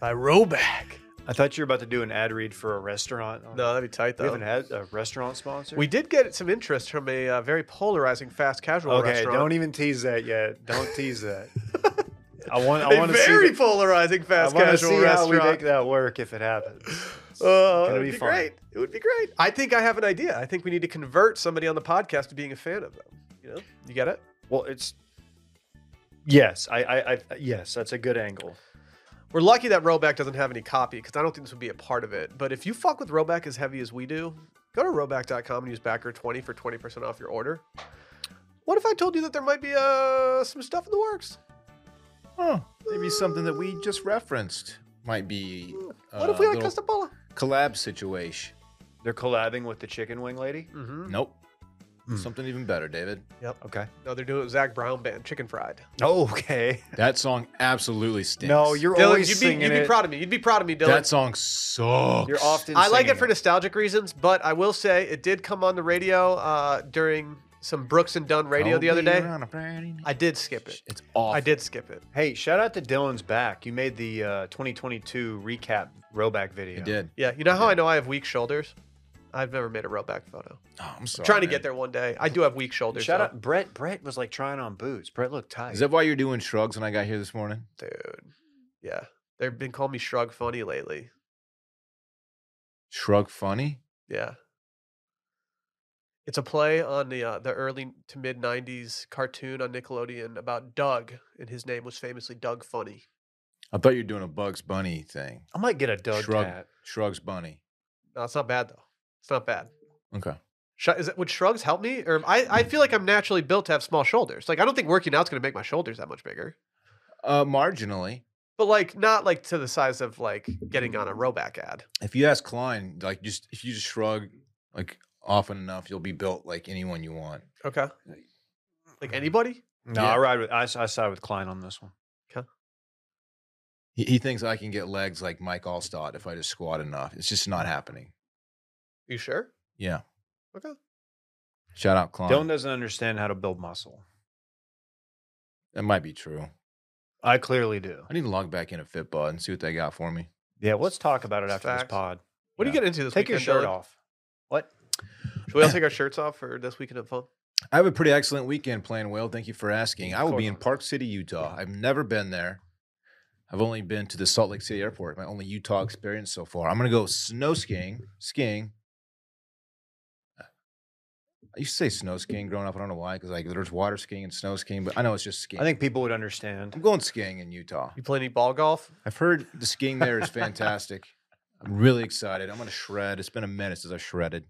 A: by Roback.
B: I thought you were about to do an ad read for a restaurant.
A: No, that'd be tight
B: we
A: though.
B: haven't had a restaurant sponsor.
A: We did get some interest from a uh, very polarizing fast casual
B: okay.
A: restaurant.
B: Don't even tease that yet. Don't tease that. I want. I
A: a
B: want to see.
A: very
B: the-
A: polarizing
B: I
A: fast
B: want to
A: casual
B: see how
A: restaurant.
B: we make that work if it happens.
A: Oh,
B: Gonna
A: it would
B: be
A: be,
B: fun.
A: great. It would be great. I think I have an idea. I think we need to convert somebody on the podcast to being a fan of them. You know, you get it.
B: Well, it's. Yes, I, I, I, yes, that's a good angle.
A: We're lucky that Roback doesn't have any copy because I don't think this would be a part of it. But if you fuck with Roback as heavy as we do, go to roback.com and use backer20 for 20% off your order. What if I told you that there might be uh, some stuff in the works?
C: Huh. Maybe something that we just referenced might be.
A: What
C: uh,
A: if we had a
C: little
A: custom bola?
C: collab situation?
B: They're collabing with the chicken wing lady.
A: Mm-hmm.
C: Nope.
B: Hmm.
C: Something even better, David.
B: Okay. Oh,
A: No, they're doing it with Zach Brown Band, Chicken Fried.
B: Okay.
C: That song absolutely stinks.
B: No, you're
A: Dylan,
B: always
A: you'd be,
B: singing
A: you'd be
B: it.
A: proud of me. You'd be proud of me, Dylan.
C: That song sucks.
B: You're often.
A: I like it
B: singing
A: for nostalgic reasons, but I will say it did come on the radio uh, during some Brooks and Dunn radio the other day. I did skip it.
C: It's awful.
A: I did skip it.
B: Hey, shout out to Dylan's back. You made the uh, 2022 recap rowback video.
C: I did.
A: Yeah, you know how I know I have weak shoulders? I've never made a roll back photo.
C: Oh, I'm sorry.
A: Trying to get
C: man.
A: there one day. I do have weak shoulders.
B: Shout
A: though.
B: out Brett. Brett was like trying on boots. Brett looked tight.
C: Is that why you're doing shrugs when I got here this morning?
A: dude. Yeah, they've been calling me shrug funny lately.
C: Shrug funny?
A: Yeah. It's a play on the uh, the early to mid '90s cartoon on Nickelodeon about Doug, and his name was famously Doug Funny.
C: I thought you were doing a Bugs Bunny thing.
B: I might get a Doug
C: Shrug.
B: tat.
C: Shrugs Bunny.
A: No, it's not bad though. It's not bad.
C: Okay.
A: Sh- is it, would shrugs help me? Or am I, I feel like I'm naturally built to have small shoulders. Like I don't think working out's going to make my shoulders that much bigger.
C: Uh, marginally.
A: But like not like to the size of like getting on a Roback ad.
C: If you ask Klein, like just if you just shrug like often enough, you'll be built like anyone you want.
A: Okay. Like anybody?
B: No,
C: Yeah.
B: I ride with I, s- I side with Klein on this one.
C: He, he thinks I can get legs like Mike Allstott if I just squat enough. It's just not happening.
A: You sure?
C: Yeah.
A: Okay.
C: Shout out Klein.
B: Dylan doesn't understand how to build muscle.
C: that might be true.
B: I clearly do.
C: I need to log back into Fitbod and see what they got for me.
B: Yeah, let's talk about it
A: It's
B: after
A: facts.
B: this pod.
A: What do you
C: Yeah.
A: get into this
B: Take your
A: weekend,
B: shirt
A: Dylan?
B: off. What?
A: Should we all take our shirts off for this weekend of fun?
C: I have a pretty excellent weekend playing Will. Thank you for asking. I will be in
B: course.
C: Park City, Utah. I've never been there. I've only been to the Salt Lake City Airport, my only
B: Mm-hmm.
C: Utah experience so far. I'm going to go snow skiing, skiing. I used to say snow skiing growing up. I don't know why, because like there's water skiing and snow skiing, but I know it's just skiing.
B: I think people would
C: I'm
B: understand.
C: going skiing in Utah.
A: You play any ball golf?
C: I've heard the skiing there is fantastic. I'm really excited. I'm going to shred. It's been a minute since I shredded.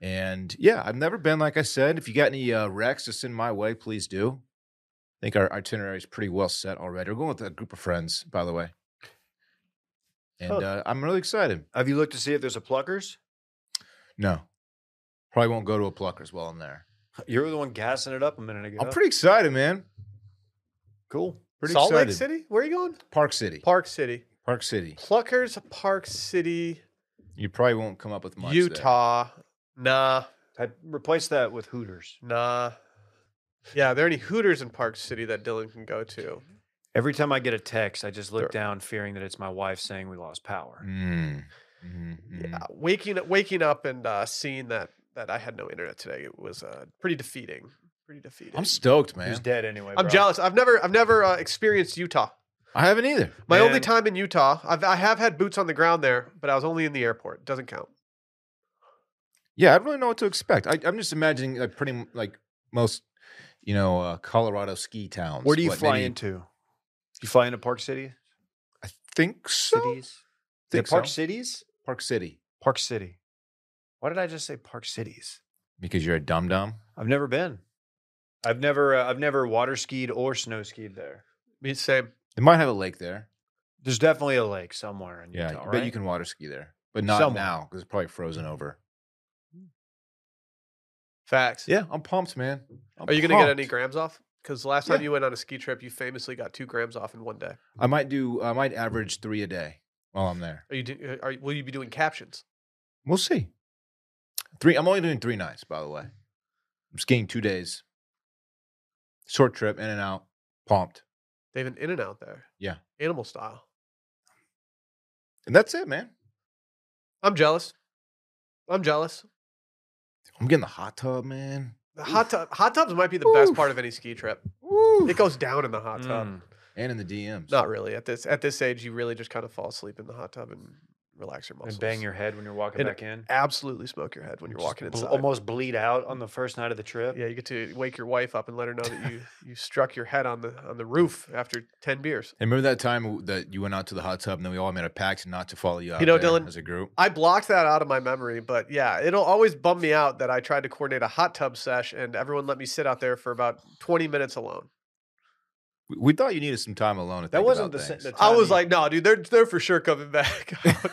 C: And yeah, I've never been, like I said. If you got any uh, recs to send my way, please do. I think our itinerary is pretty well set already. We're going with a group of friends, by the way. And
B: Oh.
C: uh, I'm really excited.
B: Have you looked to see if there's a pluckers?
C: No, probably won't go to a pluckers while I'm there.
B: You were the one gassing it up a minute ago.
C: I'm pretty excited, man.
B: cool.
C: Pretty
A: Salt
C: excited.
A: Lake City? Where are you going?
C: Park City.
A: Park City.
C: Park City.
A: Pluckers, Park City,
C: You probably won't come up with much. there.
A: Utah. Nah,
B: I replaced that with Hooters.
A: nah. Yeah, are there any Hooters in Park City that Dylan can go to?
B: Every time I get a text, I just look
A: Sure.
B: down, fearing that it's my wife saying we lost power.
C: Mm. Mhm, mhm.
A: Yeah, waking waking up and uh, seeing that that I had no internet today it was uh, pretty defeating. Pretty defeating.
C: I'm stoked,
B: Who's
C: man.
B: dead anyway?
A: I'm
B: bro.
A: jealous. I've never I've never uh, experienced Utah.
C: I haven't either.
A: My only
B: Man.
A: time in Utah, I've, I have had boots on the ground there, but I was only in the airport. Doesn't count.
C: Yeah, I don't really know what to expect. I, I'm just imagining like pretty m- like most, you know, uh, Colorado ski towns.
B: Where do you
C: but
B: fly
C: maybe-
B: into? You fly into Park City?
C: I think so.
B: Cities? Yeah,
C: Think
B: Park
C: so.
B: Cities?
C: Park City,
B: Park City. Why did I just say Park Cities?
C: because you're a dum dum.
B: I've never been. I've never uh, I've never water skied or snow skied there.
A: Me same.
C: They might have a lake there.
B: There's definitely a lake somewhere in
C: Yeah,
B: Utah,
C: but
B: right?
C: you can water ski there, but not
B: Somewhere.
C: now because it's probably frozen over.
A: Facts.
C: Yeah, I'm pumped, man. I'm
A: Are you gonna get
C: pumped.
A: any grams off? Because last time you went on a ski trip, you famously got two grams off in one day.
C: I might do. I might average three a day while I'm there.
A: Are you? Do, uh, are will you be doing captions?
C: We'll see. Three. I'm only doing three nights, by the way. I'm skiing two days. Short trip, in and out. Pumped.
A: They have an in and out there.
C: Yeah.
A: Animal style.
C: And that's it, man.
A: I'm jealous. I'm jealous.
C: I'm getting the hot tub, man.
A: The hot tub. Hot tubs might be the best part
C: Oof.
A: of any ski trip.
C: Woo.
A: It goes down in the hot tub.
B: Mm.
C: And in the DMs.
A: Not really. At this at this age, you really just kind of fall asleep in the hot tub and relax your muscles.
B: and bang your head when you're walking
A: And
B: back in.
A: absolutely smoke your head when you're
B: Just
A: walking
B: bl-
A: inside.
B: Almost bleed out on the first night of the trip.
A: Yeah, you get to wake your wife up and let her know that you you struck your head on the on the roof after ten beers.
C: And remember that time w- that you went out to the hot tub and then we all made a pact not to follow you out
A: know,
C: there
A: Dylan,
C: as a group?
A: I blocked that out of my memory, but yeah, it'll always bum me out that I tried to coordinate a hot tub sesh and everyone let me sit out there for about twenty minutes alone.
C: We, we thought you needed some time alone. To
B: That
C: think
B: wasn't
C: about
B: the se-
C: things.
B: the
A: I
B: Time
A: was
B: you-
A: like, no, dude, they're they're for sure coming back.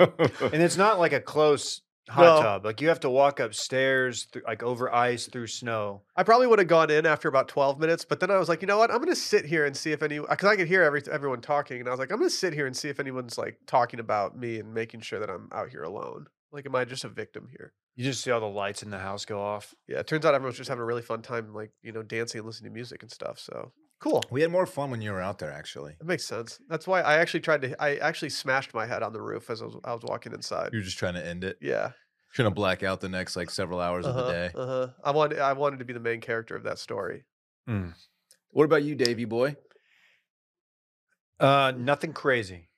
B: And it's not like a close hot
A: No.
B: tub. Like you have to walk upstairs, through, like over ice, through snow.
A: I probably would have gone in after about 12 minutes, but then I was like, you know what? I'm going to sit here and see if any, because I could hear every, everyone talking. And I was like, I'm going to sit here and see if anyone's like talking about me and making sure that I'm out here alone. Like, am I just a victim here?
B: You just see all the lights in the house go off.
A: Yeah. It turns out everyone's just having a really fun time, like, you know, dancing and listening to music and stuff. So cool.
C: we had more fun when you were out there, actually.
A: That makes sense. That's why I actually tried to, I actually smashed my head on the roof as I was, I was walking inside.
C: You were just trying to end it.
A: Yeah.
C: Trying to black out the next like several hours of the
A: Uh-huh,
C: day.
A: uh-huh. I wanted, I wanted to be the main character of that story.
C: What about you, Davey boy?
B: Uh, nothing crazy.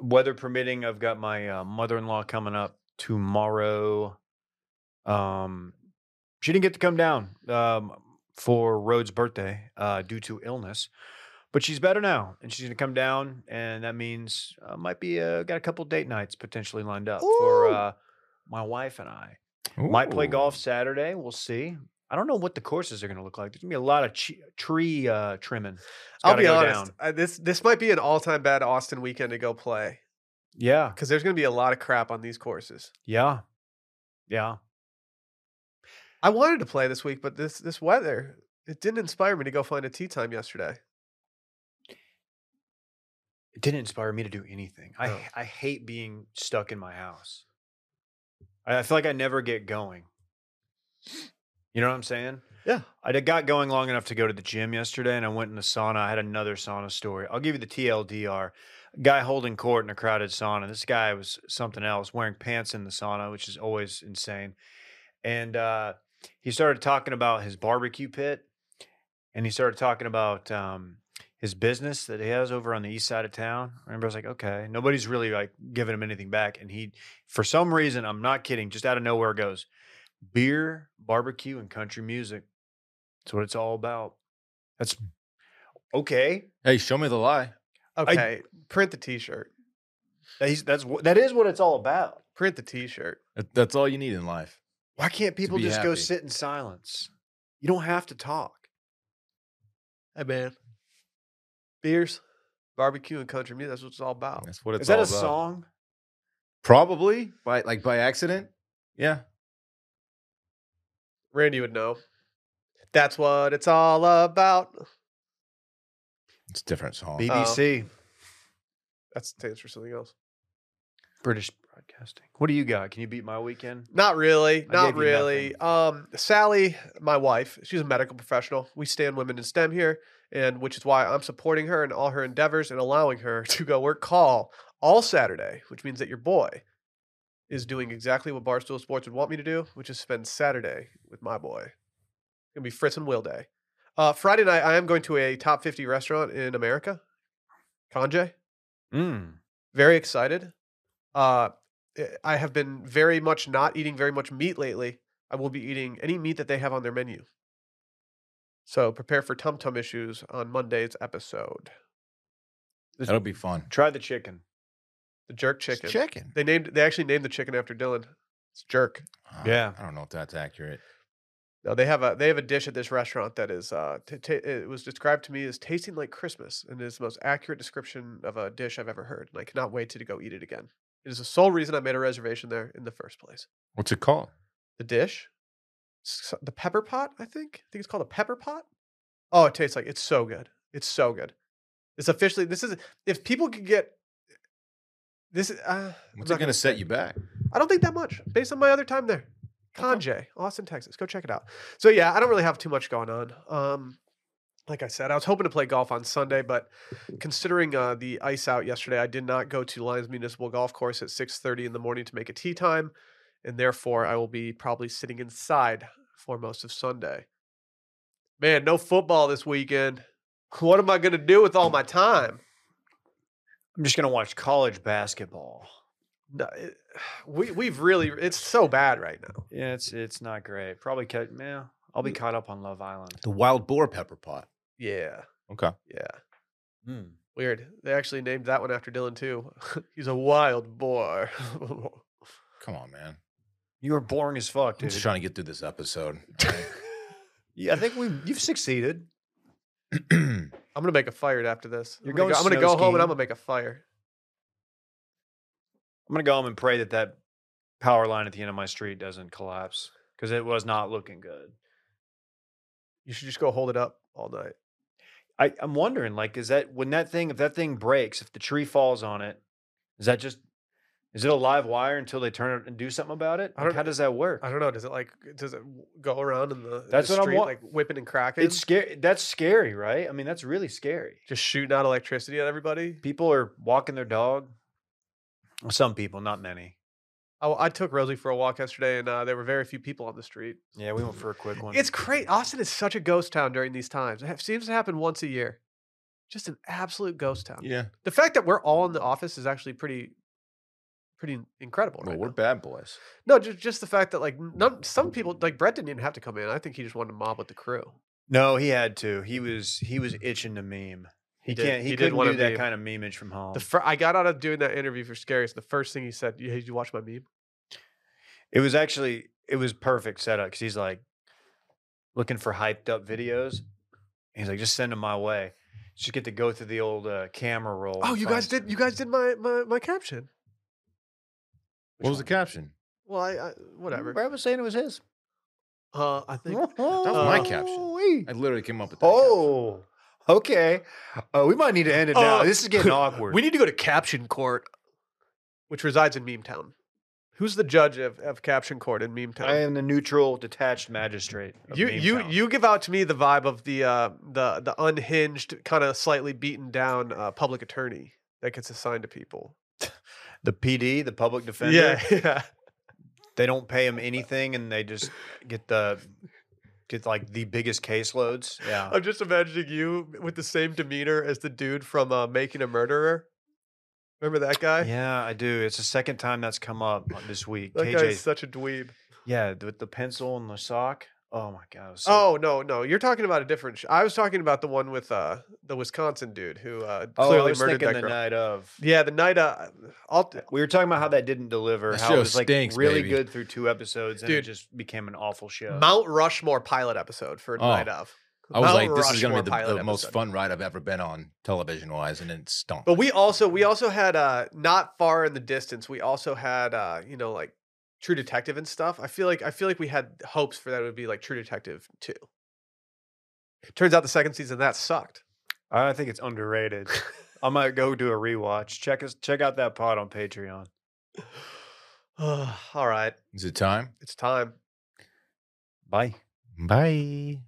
B: Weather permitting, I've got my uh, mother in law coming up tomorrow. Um, She didn't get to come down um, for Rhodes' birthday uh, due to illness, but she's better now, and she's going to come down, and that means uh, might be uh, got a couple date nights potentially lined up for
A: Ooh.
B: uh, my wife and I. Might play
C: Ooh.
B: golf Saturday. We'll see. I don't know what the courses are going to look like. There's going to be a lot of ch- tree uh, trimming. It's
A: I'll
B: gotta
A: be
B: go
A: honest.
B: down.
A: I, this this might be an all time bad Austin weekend to go play
B: Yeah,
A: because there's going to be a lot of crap on these courses.
B: yeah, yeah.
A: I wanted to play this week, but this this weather it didn't inspire me to go find a tea time yesterday.
B: It didn't inspire me to do anything. I
A: No.
B: h- I hate being stuck in my house. I, I feel like I never get going. You know what I'm saying?
A: Yeah.
B: I did- got going long enough to go to the gym yesterday, and I went in the sauna. I had another sauna story. I'll give you the TLDR. Guy holding court in a crowded sauna. This guy was something else, wearing pants in the sauna, which is always insane. And uh, he started talking about his barbecue pit, and he started talking about um, his business that he has over on the east side of town. Remember, I was like, okay, nobody's really like giving him anything back, and he, for some reason, I'm not kidding, just out of nowhere goes beer, barbecue, and country music. That's what it's all about. That's
C: Hmm.
B: okay.
C: Hey, show me the lie.
A: Okay, print the T-shirt.
B: That's that's wh- that is what it's all about.
A: Print the T-shirt.
C: That- That's all you need in life.
B: Why can't people
C: be
B: just go
C: happy.
B: sit in silence? You don't have to talk.
A: Hey man, beers, barbecue, and country music. That's what it's all about.
C: That's what it's
B: is that
C: all
B: a
C: about.
B: song?
C: Probably by like by accident. Yeah.
A: Randy would know. That's what it's all about.
C: It's a different song.
B: BBC,
A: That's stands for something else.
B: British Broadcasting. What do you got? Can you beat my weekend?
A: Not really.
B: I
A: Not
B: gave you
A: really. Um, Sally, my wife, she's a medical professional. We stand women in STEM here, and which is why I'm supporting her in all her endeavors and allowing her to go work call all Saturday, which means that your boy is doing exactly what Barstool Sports would want me to do, which is spend Saturday with my boy. It'll be Fritz and Will Day. Uh, Friday night, I am going to a top 50 restaurant in America, Conjay
C: Hmm.
B: Mm.
A: very excited. Uh, eh, I have been very much not eating very much meat lately. I will be eating any meat that they have on their menu. So prepare for tum tum issues on Monday's episode.
C: That'll be fun.
B: Try the chicken.
A: The jerk
C: It's
A: chicken.
C: Chicken.
A: They named they actually named the chicken after Dylan. It's jerk.
C: Ah,
B: Yeah.
C: I don't know if that's accurate.
A: No, they have a they have a dish at this restaurant that is uh t- ta it was described to me as tasting like Christmas and is the most accurate description of a dish I've ever heard and I cannot wait to go eat it again. It is the sole reason I made a reservation there in the first place.
C: What's it called?
A: the dish, S- the pepper pot. I think I think it's called a pepper pot. Oh, it tastes like it's so good. It's so good. It's officially this is if people could get this. is- Uh, I'm
C: What's
A: not
C: it going to
A: say
C: set you back?
A: I don't think that much based on my other time there. Conjay, Austin, Texas. Go check it out. So yeah, I don't really have too much going on. Um, like I said, I was hoping to play golf on Sunday, but considering uh, the ice out yesterday, I did not go to Lions Municipal Golf Course at 6:30 in the morning to make a tee time, and therefore I will be probably sitting inside for most of Sunday. Man, no football this weekend. What am I going to do with all my time?
B: I'm just gonna watch college basketball.
A: No, it- we we've really it's so bad right now.
B: Yeah, it's it's not great. Probably cut. Yeah, I'll be caught up on Love Island.
C: The wild boar pepper pot.
A: Yeah.
C: Okay.
A: Yeah. Hmm. Weird. They actually named that one after Dylan too. He's a wild boar.
C: Come on, man.
B: You were boring as fuck,
C: I'm
B: dude.
C: just trying to get through this episode. all
B: Yeah, I think we you've succeeded.
C: right?
A: I'm gonna make a fire after this.
B: You're
A: I'm gonna
B: going
A: go, I'm gonna
B: snow
A: go home and I'm
B: skiing?
A: gonna make a fire.
B: I'm gonna go home and pray that that power line at the end of my street doesn't collapse because it was not looking good.
A: You should just go hold it up all night.
B: I, I'm wondering, like, is that when that thing, if that thing breaks, if the tree falls on it, is that just, is it a live wire until they turn it and do something about it?
A: I
B: Like,
A: don't-
B: how does that work?
A: I don't know. Does it like does it w- go around in the, in the
B: That's what I'm
A: street
B: wa-
A: like whipping and cracking?
B: It's scary. That's scary, right? I mean, that's really scary.
A: just shooting out electricity at everybody.
B: People are walking their dog. Some people, not many.
A: I, I took Rosie for a walk yesterday, and uh, there were very few people on the street.
B: Yeah, we went for a quick one.
A: It's great. Austin is such a ghost town during these times. It ha- seems to happen once a year. Just an absolute ghost town.
C: yeah.
A: The fact that we're all in the office is actually pretty pretty in- incredible.
C: Well,
A: right
C: we're
A: now.
C: bad boys.
A: No, just just the fact that like none, some people like Brett didn't even have to come in. I think he just wanted to mob with the crew.
B: No, he had to. He was he was itching to meme. He,
A: did-
B: can't.
A: he
B: He,
A: did
B: couldn't
A: wanna
B: do that
A: meme.
B: kind of memeage from home.
C: Um
A: The fir- I got out of doing that interview for Scariest. The first thing he said, "Yeah, "Did you watch my meme?"
B: it was actually it was perfect setup because he's like looking for hyped up videos. He's like, just send them my way. Just get to go through the old uh, camera roll.
A: Oh,
B: and
A: you
B: find
A: guys did.
B: some-
A: You guys did my my, my caption.
C: What was the
B: one?
C: caption?
A: Well, I, I whatever.
B: Brad Mm, was saying it was his. Oh,
A: Uh, I think
C: my caption.
B: Ooh-wee.
C: I literally came up with that.
B: Oh, okay. Uh, we might need to end it now.
A: Uh,
B: This is getting awkward.
A: we need to go to Caption Court, which resides in Meme Town. Who's the judge of, of Caption Court in Meme Town?
B: I am the neutral, detached magistrate. of
A: you
B: Meme
A: you
B: Town.
A: you give out to me the vibe of the uh, the the unhinged, kind of slightly beaten down uh, public attorney that gets assigned to people.
B: the PD, the public defender.
A: yeah.
B: they don't pay them anything, and they just get the get like the biggest caseloads.
C: Uh.
B: Yeah,
A: I'm just imagining you with the same demeanor as the dude from uh, Making a Murderer. Remember that guy?
B: yeah, I do. It's the second time that's come up this week.
A: That
B: KJ,
A: guy's such a dweeb.
B: yeah, with the pencil and the sock. Oh my god. it was so-
A: oh no, no, you're talking about a different. Sh- I was talking about the one with uh the Wisconsin dude who uh,
B: Oh, I
A: clearly
B: was
A: murdered
B: thinking
A: that
B: the
A: girl.
B: night of.
A: Yeah, the night. Uh, I'll,
B: We were talking about how that didn't deliver.
C: That
B: how
C: show
B: it was like
C: stinks,
B: really
C: baby.
B: good through two episodes, and
A: Dude.
B: it just became an awful show.
A: Mount Rushmore pilot episode for
C: Oh.
A: night of.
C: I was
A: Mount
C: like, this is going to
A: Rushmore
C: be
A: pilot
C: the, the most
A: episode. Oh.
C: fun ride I've ever been on television wise, and it stunk.
A: But we also we also had uh not far in the distance. We also had uh you know like True Detective and stuff. I feel like I feel like we had hopes for that it would be like True Detective two. Turns out the second season of that sucked.
B: I think it's underrated. I might go do a rewatch. Check us check out that pod on Patreon.
A: All right,
C: Is it time?
A: it's time.
B: Bye.
C: Bye.